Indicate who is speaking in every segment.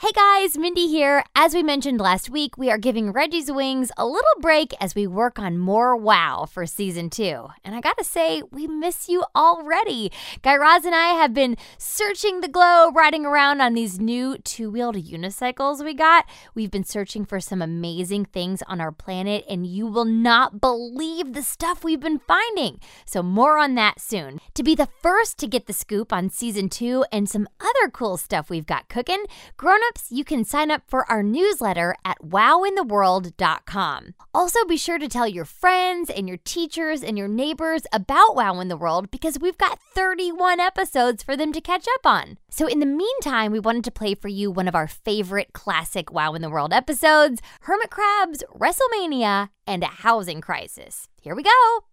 Speaker 1: Hey guys, Mindy here. As we mentioned last week, we are giving Reggie's Wings a little break as we work on more WoW for season two. And I gotta say, we miss you already. Guy Raz and I have been searching the globe, riding around on these new two wheeled unicycles we got. We've been searching for some amazing things on our planet, and you will not believe the stuff we've been finding. So, more on that soon. To be the first to get the scoop on season two and some other cool stuff we've got cooking, grown-ups, you can sign up for our newsletter at wowintheworld.com. Also, be sure to tell your friends and your teachers and your neighbors about Wow in the World because we've got 31 episodes for them to catch up on. So, in the meantime, we wanted to play for you one of our favorite classic Wow in the World episodes Hermit Crabs, WrestleMania, and a Housing Crisis. Here we go.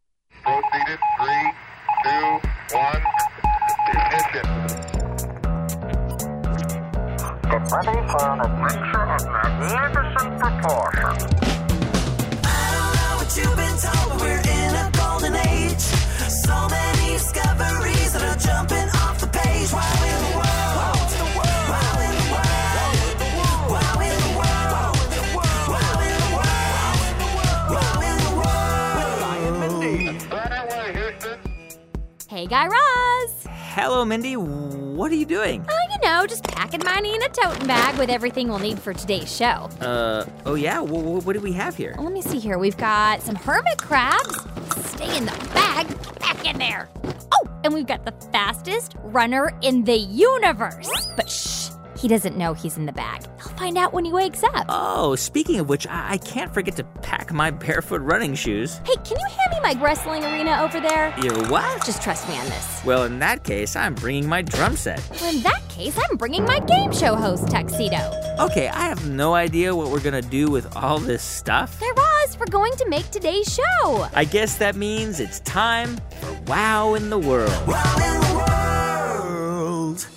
Speaker 2: Boat needed. Three, two, one. Ignition. Get ready for an adventure of magnificent proportions.
Speaker 3: I don't know what you've been told, but we're in a golden age. So many discoveries that are jumping off the page. Wow in the world, wow in the world, wow in the world, wow in the world, wow in the
Speaker 2: Right away, Houston.
Speaker 1: Hey, Guy Raz!
Speaker 4: Hello, Mindy. What are you doing?
Speaker 1: Oh, you know, just packing mine in a tote bag with everything we'll need for today's show.
Speaker 4: Uh, oh yeah. W- what do we have here?
Speaker 1: Let me see here. We've got some hermit crabs. Stay in the bag. Get back in there. Oh, and we've got the fastest runner in the universe. But shh, he doesn't know he's in the bag. He'll find out when he wakes up.
Speaker 4: Oh, speaking of which, I, I can't forget to pack my barefoot running shoes.
Speaker 1: Hey, can you hand me my wrestling arena over there?
Speaker 4: Your what?
Speaker 1: Just trust me on this.
Speaker 4: Well, in that case, I'm bringing my drum set.
Speaker 1: Well, in that case, I'm bringing my game show host tuxedo.
Speaker 4: Okay, I have no idea what we're gonna do with all this stuff.
Speaker 1: Guy Raz, we're going to make today's show.
Speaker 4: I guess that means it's time for Wow in the World.
Speaker 3: world.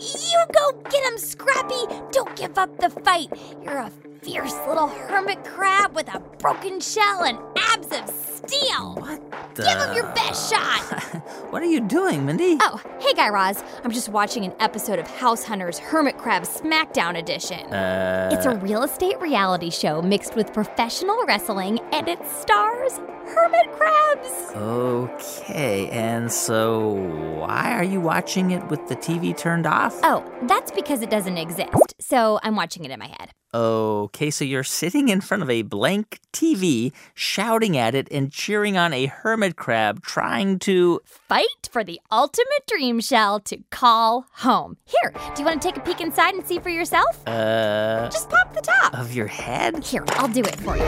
Speaker 1: You go get him, Scrappy. Don't give up the fight. You're a fierce little hermit crab with a broken shell and abs of steel.
Speaker 4: What the?
Speaker 1: Give him your best shot.
Speaker 4: What are you doing, Mindy?
Speaker 1: Oh, hey, Guy Raz. I'm just watching an episode of House Hunters Hermit Crab Smackdown Edition.
Speaker 4: Uh,
Speaker 1: It's a real estate reality show mixed with professional wrestling, and it stars hermit crabs.
Speaker 4: okay, and so why are you watching it with the TV turned off?
Speaker 1: Oh, that's because it doesn't exist, so I'm watching it in my head.
Speaker 4: Okay, so you're sitting in front of a blank TV, shouting at it and cheering on a hermit crab trying to.
Speaker 1: fight for the ultimate dream shell to call home. Here, do you want to take a peek inside and see for yourself?
Speaker 4: Uh.
Speaker 1: Just pop the top.
Speaker 4: of your head?
Speaker 1: Here, I'll do it for you.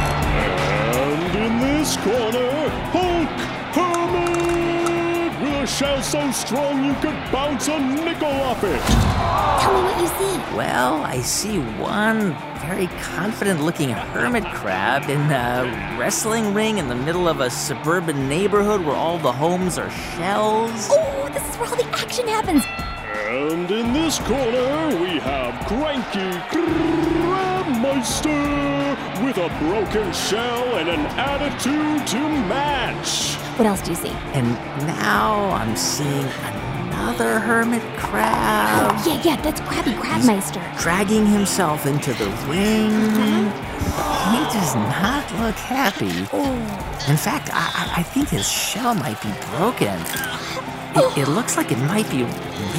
Speaker 5: And in this corner, Hulk Hermit with a shell so strong you could bounce a nickel off it.
Speaker 1: Tell me what you see.
Speaker 4: Well, I see one very confident looking hermit crab in a wrestling ring in the middle of a suburban neighborhood where all the homes are shells.
Speaker 1: Oh, this is where all the action happens.
Speaker 5: And in this corner, we have Cranky Crabmeister with a broken shell and an attitude to match.
Speaker 1: What else do you see?
Speaker 4: And now I'm seeing another hermit crab.
Speaker 1: Yeah, yeah, that's Krabby Crabmeister.
Speaker 4: dragging himself into the ring. He does not look happy. In fact, I, I- I think his shell might be broken. It, it looks like it might be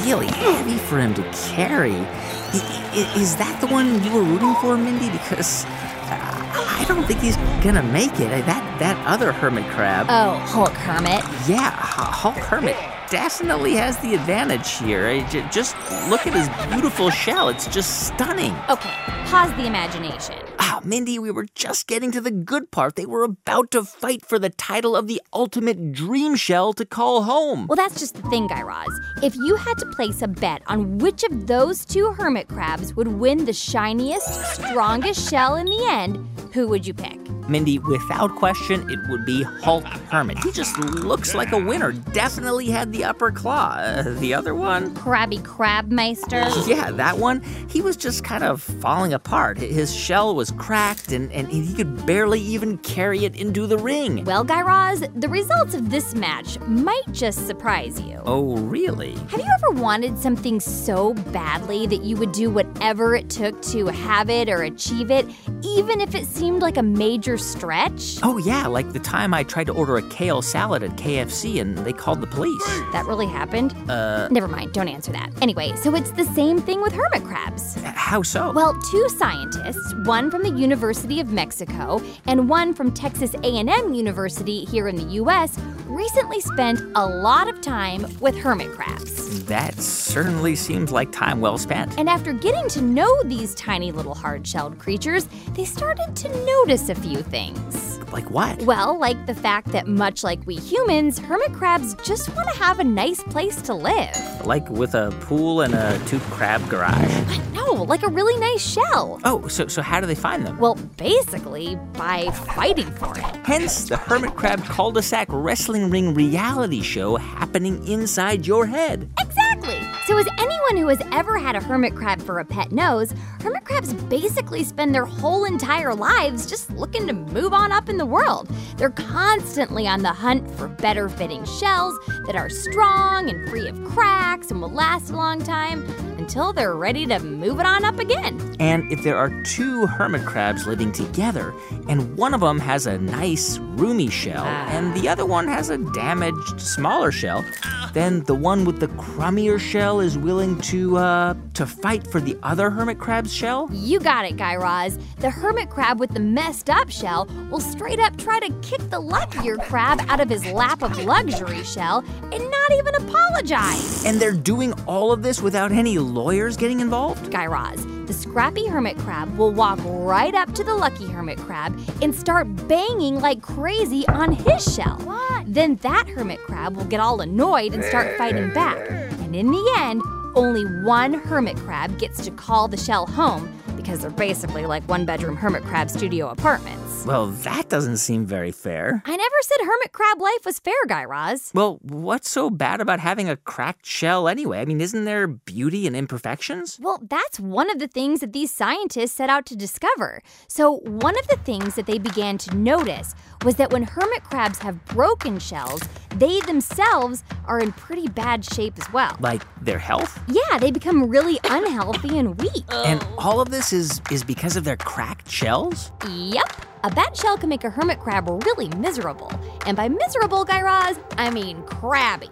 Speaker 4: really heavy for him to carry. I- i- Is that the one you were rooting for, Mindy? Because uh, I I don't think he's gonna make it. That that other hermit crab.
Speaker 1: Oh, Hulk Hermit.
Speaker 4: Yeah, H- Hulk Hermit definitely has the advantage here. I j- Just look at his beautiful shell. It's just stunning.
Speaker 1: Okay, pause the imagination.
Speaker 4: Ah, Mindy, we were just getting to the good part. They were about to fight for the title of the ultimate dream shell to call home.
Speaker 1: Well, that's just the thing, Guy Raz. If you had to place a bet on which of those two hermit crabs would win the shiniest, strongest shell in the end, who would you pick?
Speaker 4: Mindy, without question, it would be Hulk Hermit. He just looks like a winner. Definitely had the upper claw. Uh, the other one?
Speaker 1: Krabby Crabmeister.
Speaker 4: Yeah, that one. He was just kind of falling apart. Hi- His shell was cracked, and, and he could barely even carry it into the ring.
Speaker 1: Well, Guy Raz, the results of this match might just surprise you.
Speaker 4: Oh, really?
Speaker 1: Have you ever wanted something so badly that you would do whatever it took to have it or achieve it, even if it seemed like a major stretch?
Speaker 4: Oh, yeah, like the time I tried to order a kale salad at KFC and they called the police.
Speaker 1: That really happened? Uh. Never mind, don't answer that. Anyway, so it's the same thing with hermit crabs.
Speaker 4: Uh, How so?
Speaker 1: Well, two scientists, one from the University of Mexico and one from Texas A&M University here in the US, recently spent a lot of time with hermit crabs.
Speaker 4: that certainly seems like time well spent.
Speaker 1: And after getting to know these tiny little hard-shelled creatures, they started to notice a few things.
Speaker 4: Like what?
Speaker 1: Well, like the fact that much like we humans, hermit crabs just want to have a nice place to live.
Speaker 4: Like with a pool and a two crab garage.
Speaker 1: But no, like a really nice shell.
Speaker 4: Oh, so so how do they find them?
Speaker 1: Well, basically, by fighting for it.
Speaker 4: Hence the hermit crab cul-de-sac wrestling ring reality show happening inside your head.
Speaker 1: Exactly. So, as anyone who has ever had a hermit crab for a pet knows, hermit crabs basically spend their whole entire lives just looking to move on up in the world. They're constantly on the hunt for better fitting shells that are strong and free of cracks and will last a long time until they're ready to move it on up again.
Speaker 4: And if there are two hermit crabs living together, and one of them has a nice, roomy shell, and the other one has a damaged, smaller shell, then the one with the crummier shell is willing to uh, to fight for the other hermit crab's shell.
Speaker 1: You got it, Guy Raz. The hermit crab with the messed up shell will straight up try to kick the luckier crab out of his lap of luxury shell and not even apologize.
Speaker 4: And they're doing all of this without any lawyers getting involved.
Speaker 1: Guy Raz. The scrappy hermit crab will walk right up to the lucky hermit crab and start banging like crazy on his shell. Then that hermit crab will get all annoyed and start fighting back. And in the end, only one hermit crab gets to call the shell home because they're basically like one bedroom hermit crab studio apartments.
Speaker 4: Well, that doesn't seem very fair.
Speaker 1: I never said hermit crab life was fair, Guy Raz.
Speaker 4: Well, what's so bad about having a cracked shell anyway? I mean, isn't there beauty and imperfections?
Speaker 1: Well, that's one of the things that these scientists set out to discover. So, one of the things that they began to notice was that when hermit crabs have broken shells, they themselves are in pretty bad shape as well.
Speaker 4: Like their health?
Speaker 1: Yeah, they become really unhealthy and weak.
Speaker 4: And all of this is is because of their cracked shells?
Speaker 1: Yep. A bad shell can make a hermit crab really miserable. And by miserable, Guy Raz, I mean crabby.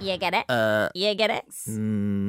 Speaker 1: You get it? Uh, you get it?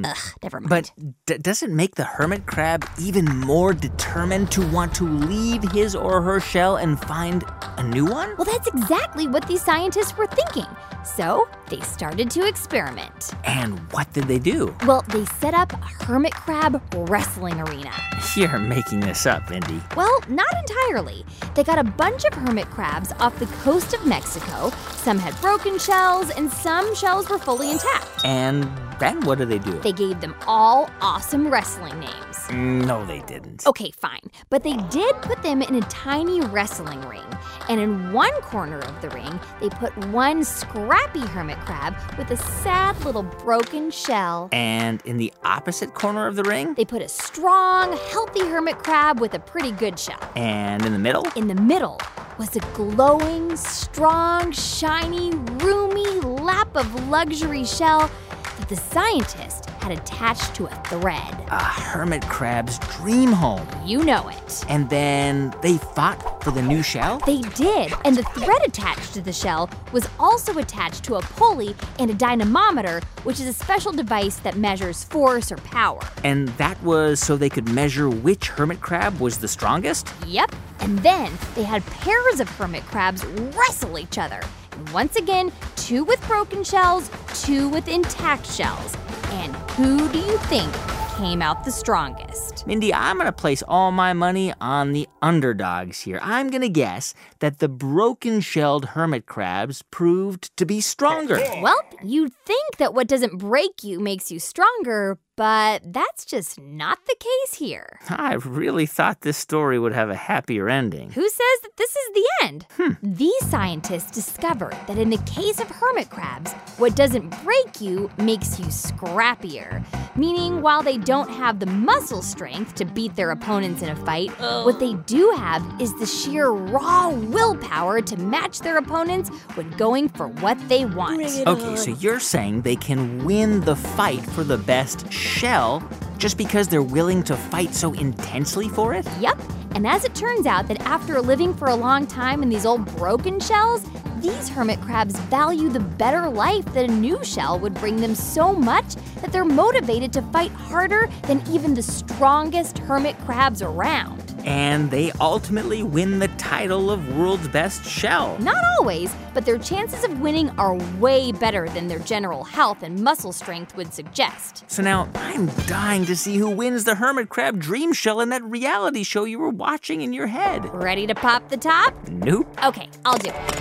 Speaker 1: Ugh, never mind.
Speaker 4: But d- does it make the hermit crab even more determined to want to leave his or her shell and find a new one?
Speaker 1: Well, that's exactly what these scientists were thinking. So they started to experiment.
Speaker 4: And what did they do?
Speaker 1: Well, they set up a hermit crab wrestling arena.
Speaker 4: You're making this up, Mindy.
Speaker 1: Well, not entirely. They got a bunch of hermit crabs off the coast of Mexico. Some had broken shells, and some shells were fully intact.
Speaker 4: And then what did they do?
Speaker 1: They gave them all awesome wrestling names.
Speaker 4: no, they didn't.
Speaker 1: Okay, fine. But they did put them in a tiny wrestling ring. And in one corner of the ring, they put one scrappy hermit crab with a sad little broken shell.
Speaker 4: And in the opposite corner of the ring?
Speaker 1: They put a strong, healthy hermit crab with a pretty good shell.
Speaker 4: And in the middle?
Speaker 1: In the middle was a glowing, strong, shiny, roomy lap of luxury shell that the scientist had attached to a thread.
Speaker 4: A hermit crab's dream home.
Speaker 1: You know it.
Speaker 4: And then they fought for the new shell?
Speaker 1: They did, and the thread attached to the shell was also attached to a pulley and a dynamometer, which is a special device that measures force or power.
Speaker 4: And that was so they could measure which hermit crab was the strongest?
Speaker 1: Yep. And then they had pairs of hermit crabs wrestle each other. And once again, two with broken shells, two with intact shells. And who do you think came out the strongest.
Speaker 4: Mindy, I'm going to place all my money on the underdogs here. I'm going to guess that the broken shelled hermit crabs proved to be stronger.
Speaker 1: Well, you'd think that what doesn't break you makes you stronger, but that's just not the case here.
Speaker 4: I really thought this story would have a happier ending.
Speaker 1: Who says that this is the end? These scientists discovered that in the case of hermit crabs, what doesn't break you makes you scrappier. Meaning, while they don't have the muscle strength to beat their opponents in a fight, what they do have is the sheer raw willpower to match their opponents when going for what they want.
Speaker 4: Okay, so you're saying they can win the fight for the best shell just because they're willing to fight so intensely for it?
Speaker 1: Yep. And as it turns out, that after living for a long time in these old broken shells, these hermit crabs value the better life that a new shell would bring them so much that they're motivated to fight harder than even the strongest hermit crabs around.
Speaker 4: And they ultimately win the title of world's best shell.
Speaker 1: Not always, but their chances of winning are way better than their general health and muscle strength would suggest.
Speaker 4: So now I'm dying to see who wins the hermit crab dream shell in that reality show you were watching in your head.
Speaker 1: Ready to pop the top?
Speaker 4: Nope.
Speaker 1: Okay, I'll do it.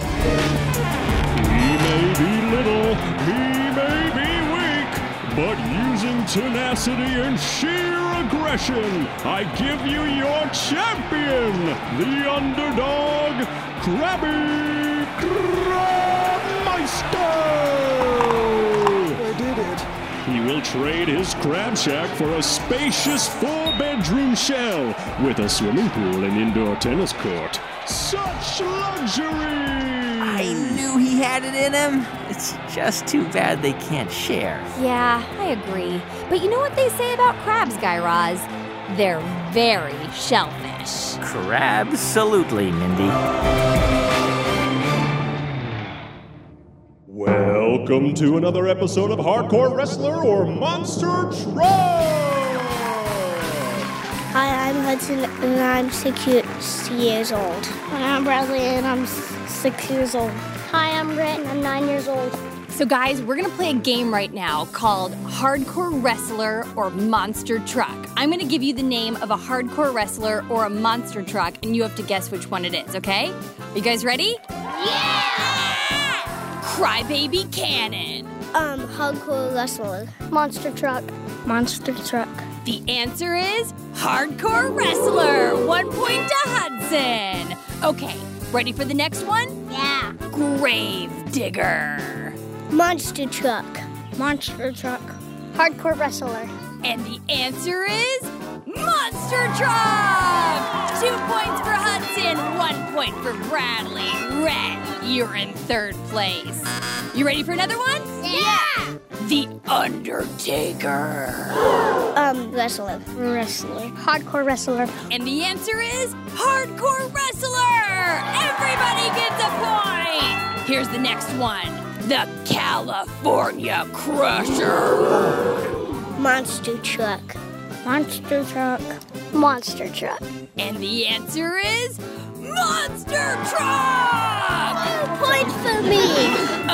Speaker 5: He may be little, he may be weak, but using tenacity and sheer aggression, I give you your champion, the underdog, Krabby Krabmeister! I did it. He will trade his crab shack for a spacious four-bedroom shell with a swimming pool and indoor tennis court. Such luxury!
Speaker 4: I knew he had it in him. It's just too bad they can't share.
Speaker 1: Yeah, I agree. But you know what they say about crabs, Guy Raz? They're very shellfish.
Speaker 4: Crab, absolutely, Mindy.
Speaker 5: Welcome to another episode of Hardcore Wrestler or Monster Truck!
Speaker 6: Hi, I'm Hudson, and I'm six ye- six years old. Hi, I'm Bradley, and I'm six years old. Hi, I'm Grant, and I'm nine years old.
Speaker 1: So, guys, we're gonna play a game right now called Hardcore Wrestler or Monster Truck. I'm gonna give you the name of a hardcore wrestler or a monster truck, and you have to guess which one it is, okay? Are you guys ready? Yeah! Crybaby Cannon!
Speaker 6: Um, hardcore wrestler. Monster truck. Monster truck.
Speaker 1: The answer is Hardcore Wrestler! One point to Hudson! Okay, ready for the next one?
Speaker 6: Yeah.
Speaker 1: Grave Digger!
Speaker 6: Monster truck. Monster truck. Hardcore wrestler.
Speaker 1: And the answer is Monster Truck! Two points for Hudson, one point for Bradley. Red, you're in third place. You ready for another one? Yeah! The Undertaker.
Speaker 6: Um, wrestler. Wrestler. Hardcore wrestler.
Speaker 1: And the answer is Hardcore Wrestler! Everybody gets a point! Here's the next one The California Crusher.
Speaker 6: Monster truck. Monster truck. Monster truck.
Speaker 1: And the answer is Monster Truck!
Speaker 6: Oh, Point for me.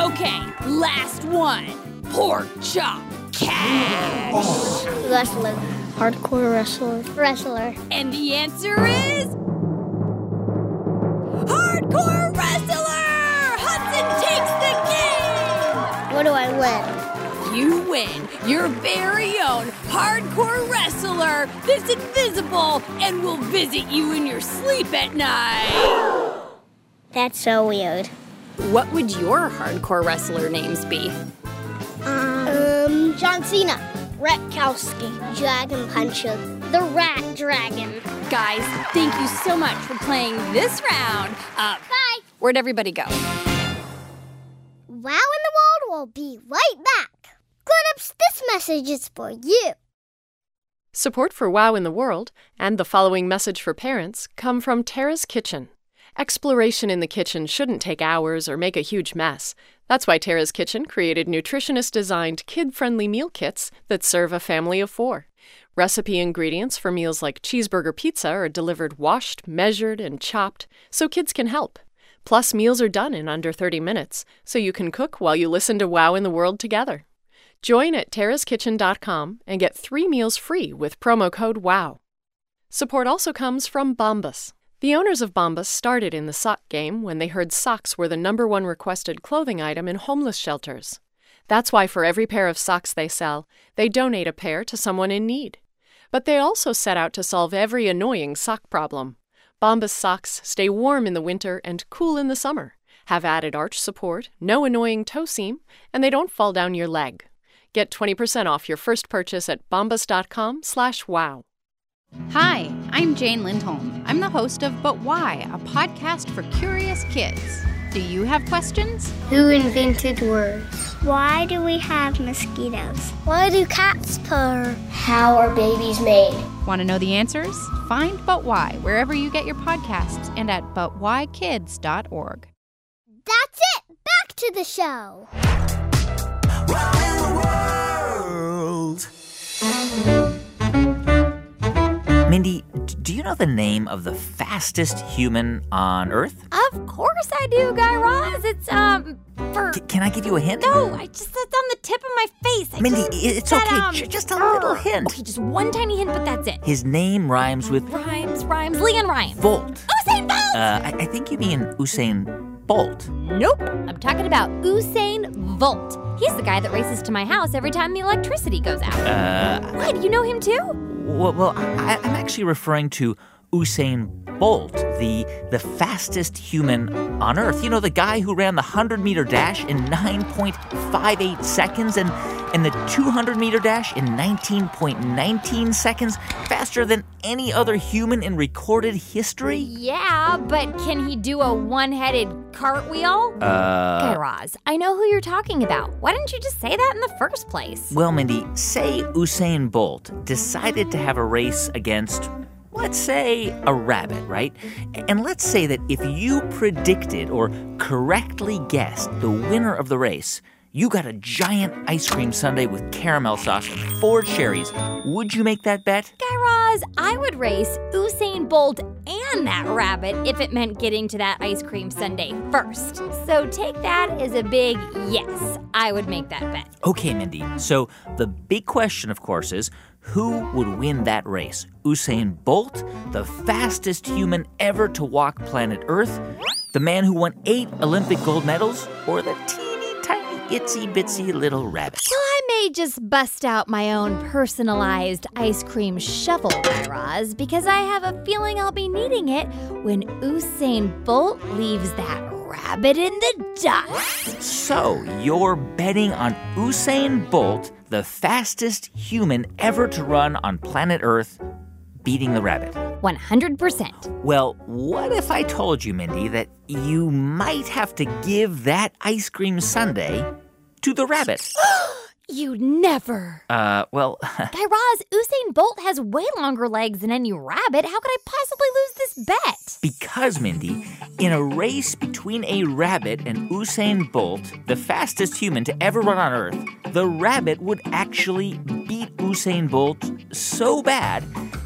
Speaker 1: Okay, last one. Pork chop cash.
Speaker 6: Wrestler. Hardcore wrestler. Wrestler.
Speaker 1: And the answer is hardcore wrestler. Hudson takes the game.
Speaker 6: What do I win?
Speaker 1: You win your very own hardcore wrestler that's invisible and will visit you in your sleep at night.
Speaker 6: That's so weird.
Speaker 1: What would your hardcore wrestler names be?
Speaker 6: Um, John Cena. Retkowski. Dragon Puncher. The Rat Dragon.
Speaker 1: Guys, thank you so much for playing this round. Uh,
Speaker 6: Bye.
Speaker 1: where'd everybody go?
Speaker 6: Wow in the World will be right back. Grown-ups, this message is for you.
Speaker 7: Support for Wow in the World and the following message for parents come from Tara's Kitchen. Exploration in the kitchen shouldn't take hours or make a huge mess. That's why Tara's Kitchen created nutritionist designed kid friendly meal kits that serve a family of four. Recipe ingredients for meals like cheeseburger pizza are delivered washed, measured, and chopped so kids can help. Plus, meals are done in under 30 minutes, so you can cook while you listen to Wow in the World together. Join at terraskitchen.com and get three meals free with promo code WOW. Support also comes from Bombas. The owners of Bombas started in the sock game when they heard socks were the number one requested clothing item in homeless shelters. That's why for every pair of socks they sell, they donate a pair to someone in need. But they also set out to solve every annoying sock problem. Bombas socks stay warm in the winter and cool in the summer, have added arch support, no annoying toe seam, and they don't fall down your leg. Get 20% off your first purchase at bombas.com slash wow.
Speaker 8: Hi, I'm Jane Lindholm. I'm the host of But Why, a podcast for curious kids. Do you have questions?
Speaker 6: Who invented words? Why do we have mosquitoes? Why do cats purr? How are babies made?
Speaker 8: Want to know the answers? Find But Why wherever you get your podcasts and at butwhykids.org.
Speaker 6: That's it! Back to the show!
Speaker 3: Wow in the world.
Speaker 4: Mindy, d- do you know the name of the fastest human on Earth?
Speaker 1: Of course I do, Guy Raz. It's um for
Speaker 4: C- can I give you a hint?
Speaker 1: no, I just that's on the tip of my face. I
Speaker 4: Mindy,
Speaker 1: just-
Speaker 4: i- it's
Speaker 1: that,
Speaker 4: okay.
Speaker 1: um,
Speaker 4: Ju- just a little
Speaker 1: grr.
Speaker 4: hint.
Speaker 1: Okay, just one tiny hint, but that's it.
Speaker 4: His name rhymes with
Speaker 1: Rhymes, rhymes, Leon rhymes.
Speaker 4: Volt.
Speaker 1: Usain Bolt.
Speaker 4: Uh, I, I think you mean Usain Bolt.
Speaker 1: nope, I'm talking about Usain Volt. He's the guy that races to my house every time the electricity goes out.
Speaker 4: Uh,
Speaker 1: What? You know him too?
Speaker 4: well, well I, I'm actually referring to Usain Bolt, the the fastest human on Earth. You know, the guy who ran the 100 meter dash in 9.58 seconds and and the 200 meter dash in 19.19 seconds, faster than any other human in recorded history.
Speaker 1: Yeah, but can he do a one-headed cartwheel?
Speaker 4: Uh.
Speaker 1: Guy Raz, I know who you're talking about. Why didn't you just say that in the first place?
Speaker 4: Well, Mindy, say Usain Bolt decided to have a race against, let's say, a rabbit, right? And let's say that if you predicted or correctly guessed the winner of the race, you got a giant ice cream sundae with caramel sauce and four cherries. Would you make that bet?
Speaker 1: Guy Raz, I would race Usain Bolt and that rabbit if it meant getting to that ice cream sundae first. So take that as a big yes. I would make that bet.
Speaker 4: Okay, Mindy. So the big question, of course, is who would win that race? Usain Bolt, the fastest human ever to walk planet Earth, the man who won eight Olympic gold medals, or the teeny tiny itsy bitsy little rabbit?
Speaker 1: Well, I may just bust out my own personalized ice cream shovel, Guy Raz, because I have a feeling I'll be needing it when Usain Bolt leaves that rabbit in the dust.
Speaker 4: So you're betting on Usain Bolt, the fastest human ever to run on planet Earth, beating the rabbit.
Speaker 1: 100%.
Speaker 4: Well, what if I told you, Mindy, that you might have to give that ice cream sundae to the rabbit?
Speaker 1: You'd never.
Speaker 4: Uh, well,
Speaker 1: Guy Raz, Usain Bolt has way longer legs than any rabbit. How could I possibly lose this bet?
Speaker 4: because, Mindy, in a race between a rabbit and Usain Bolt, the fastest human to ever run on Earth, the rabbit would actually beat Usain Bolt so bad,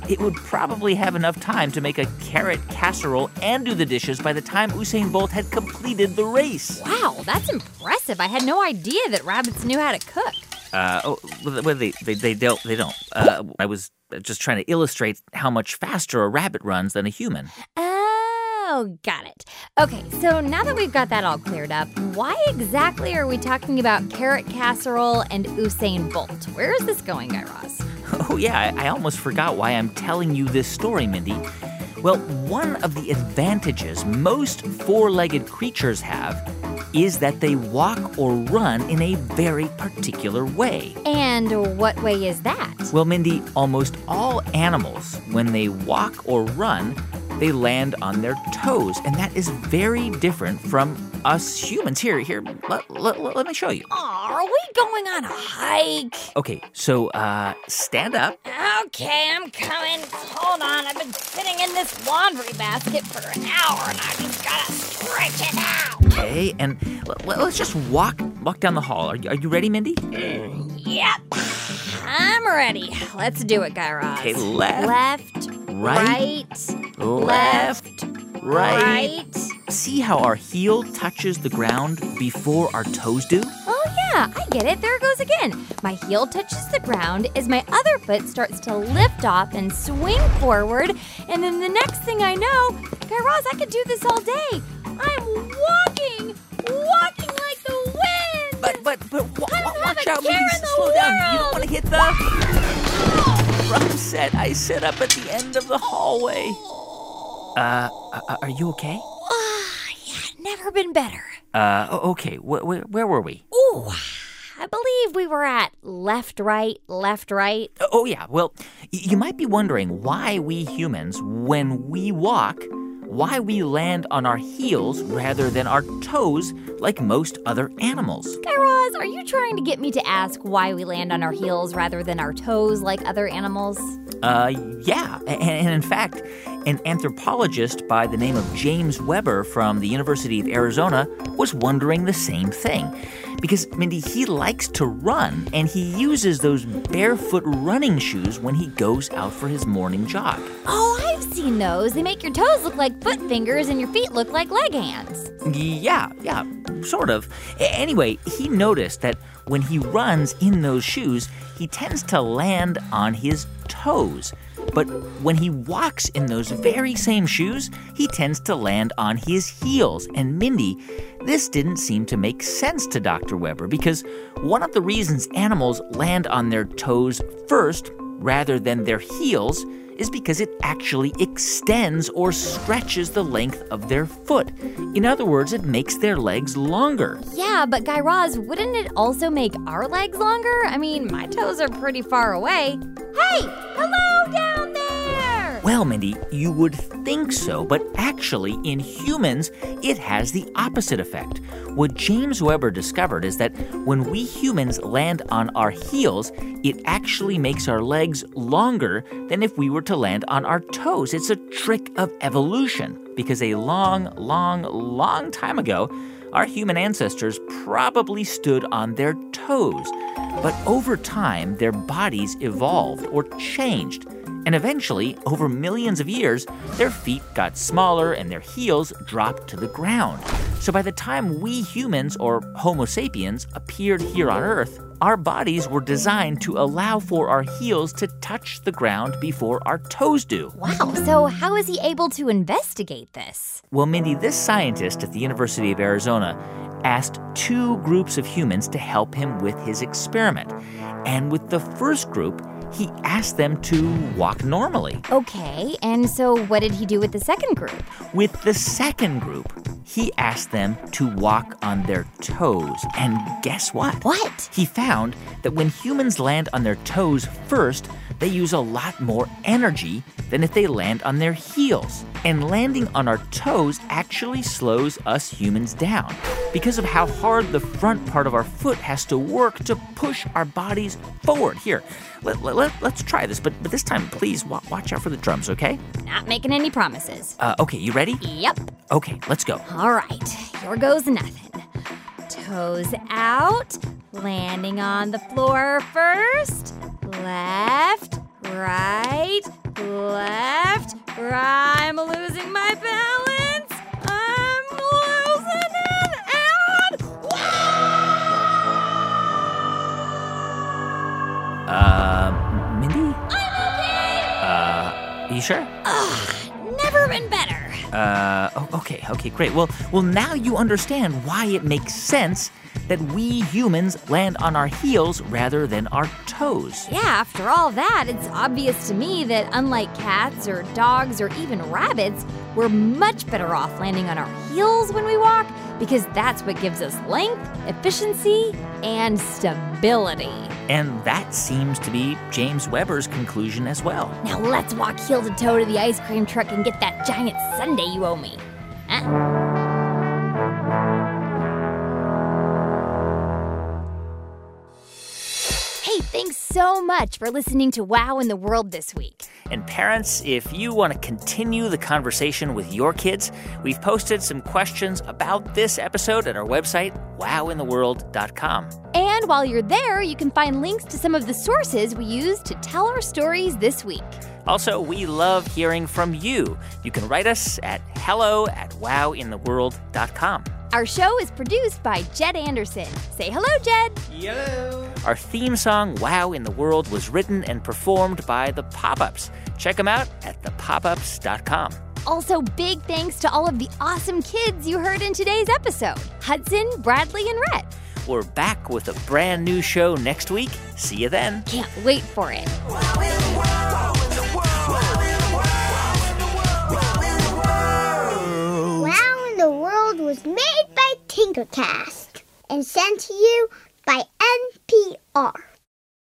Speaker 4: it would probably have enough time to make a carrot casserole and do the dishes by the time Usain Bolt had completed the race.
Speaker 1: Wow, that's impressive. I had no idea that rabbits knew how to cook.
Speaker 4: Uh, oh, well, well, they they they don't they don't. Uh, I was just trying to illustrate how much faster a rabbit runs than a human.
Speaker 1: Oh, got it. Okay, so now that we've got that all cleared up, why exactly are we talking about carrot casserole and Usain Bolt? Where is this going, Guy Raz?
Speaker 4: Oh yeah, I, I almost forgot why I'm telling you this story, Mindy. Well, one of the advantages most four-legged creatures have is that they walk or run in a very particular way.
Speaker 1: And what way is that?
Speaker 4: Well, Mindy, almost all animals, when they walk or run, they land on their toes, and that is very different from us humans. Here, here, let, let, let me show you.
Speaker 1: Aw, are we going on a hike?
Speaker 4: Okay, so uh, stand up.
Speaker 1: Okay, I'm coming. Hold on, I've been sitting in this laundry basket for an hour and I just gotta stretch it out.
Speaker 4: Okay, and let, let's just walk walk down the hall. Are you, are you ready, Mindy?
Speaker 1: Yep, I'm ready. Let's do it, Guy Raz.
Speaker 4: Okay, left,
Speaker 1: Left,
Speaker 4: right,
Speaker 1: right,
Speaker 4: left, right.
Speaker 1: right.
Speaker 4: See how our heel touches the ground before our toes do?
Speaker 1: Oh, yeah,
Speaker 6: Yeah, I get it. There it goes again. My heel touches the ground as my other foot starts to lift off and swing forward. And then the next thing I know, Guy Raz, I could do this all day. I'm walking, walking like the wind.
Speaker 4: But but but wa-
Speaker 6: I don't
Speaker 4: wa-
Speaker 6: have
Speaker 4: watch
Speaker 6: a
Speaker 4: out,
Speaker 6: care
Speaker 4: Louise!
Speaker 6: in the
Speaker 4: Slow down. You don't
Speaker 6: world.
Speaker 4: want to hit the drum set I set up at the end of the hallway.
Speaker 6: Oh.
Speaker 4: Uh, a- are you okay?
Speaker 6: Ah, yeah, never been better.
Speaker 4: Uh, o- okay. Wh- wh- where were we?
Speaker 6: Ooh, I believe we were at left, right, left, right.
Speaker 4: Oh yeah. Well, y- you might be wondering why we humans, when we walk, why we land on our heels rather than our toes like most other animals.
Speaker 6: Guy Raz, are you trying to get me to ask why we land on our heels rather than our toes like other animals?
Speaker 4: Uh, yeah. A- And, in fact, an anthropologist by the name of James Weber from the University of Arizona was wondering the same thing. Because, Mindy, he likes to run and he uses those barefoot running shoes when he goes out for his morning jog.
Speaker 6: Oh, I've seen those. They make your toes look like foot fingers and your feet look like leg hands.
Speaker 4: Yeah, yeah, sort of. A- Anyway, he noticed that when he runs in those shoes, he tends to land on his toes. But when he walks in those very same shoes, he tends to land on his heels. And Mindy, this didn't seem to make sense to Dr. Weber because one of the reasons animals land on their toes first rather than their heels is because it actually extends or stretches the length of their foot. In other words, it makes their legs longer.
Speaker 6: Yeah, but Guy Raz, wouldn't it also make our legs longer? I mean, my toes are pretty far away. Hey, hello down there!
Speaker 4: Well, Mindy, you would think so, but actually, in humans, it has the opposite effect. What James Weber discovered is that when we humans land on our heels, it actually makes our legs longer than if we were to land on our toes. It's a trick of evolution because a long, long, long time ago, our human ancestors probably stood on their toes. But over time, their bodies evolved or changed. And eventually, over millions of years, their feet got smaller and their heels dropped to the ground. So by the time we humans, or Homo sapiens, appeared here on Earth, our bodies were designed to allow for our heels to touch the ground before our toes do.
Speaker 6: Wow, so how is he able to investigate this?
Speaker 4: Well, Mindy, this scientist at the University of Arizona asked two groups of humans to help him with his experiment. And with the first group, he asked them to walk normally.
Speaker 6: Okay, and so what did he do with the second group?
Speaker 4: With the second group, he asked them to walk on their toes. And guess what?
Speaker 6: What?
Speaker 4: He found that when humans land on their toes first, they use a lot more energy than if they land on their heels. And landing on our toes actually slows us humans down because of how hard the front part of our foot has to work to push our bodies forward. Here, let, let, let, us try this, but, but this time, please wa- watch out for the drums, okay?
Speaker 6: Not making any promises.
Speaker 4: Uh, okay, you ready?
Speaker 6: Yep.
Speaker 4: Okay, let's go.
Speaker 6: All right, here goes nothing. Toes out, landing on the floor first. Left, right, left, right. I'm losing my balance. I'm losing it. And
Speaker 4: Uh, Mindy? Uh, you sure?
Speaker 6: never been better.
Speaker 4: Uh, oh, okay, okay, great. Well, well, now you understand why it makes sense that we humans land on our heels rather than our toes.
Speaker 6: Yeah, after all that, it's obvious to me that unlike cats or dogs or even rabbits, we're much better off landing on our heels when we walk because that's what gives us length, efficiency, and stability.
Speaker 4: And that seems to be James Weber's conclusion as well.
Speaker 6: Now let's walk heel to toe to the ice cream truck and get that giant sundae you owe me. Huh? Hey, thanks so much for listening to Wow in the World this week.
Speaker 4: And parents, if you want to continue the conversation with your kids, we've posted some questions about this episode at our website, wowintheworld.com.
Speaker 6: And while you're there, you can find links to some of the sources we used to tell our stories this week.
Speaker 4: Also, we love hearing from you. You can write us at hello at wowintheworld.com.
Speaker 1: Our show is produced by Jed Anderson. Say hello, Jed.
Speaker 4: Our theme song, Wow in the World, was written and performed by the Pop Ups. Check them out at thepopups.com.
Speaker 1: Also, big thanks to all of the awesome kids you heard in today's episode Hudson, Bradley, and Rhett.
Speaker 4: We're back with a brand new show next week. See you then.
Speaker 1: Can't wait for it.
Speaker 3: Wow in the world. Wow in the world. Wow in the world. Wow in the world.
Speaker 6: Wow in the World was made by Tinkercast and sent to you by NPR.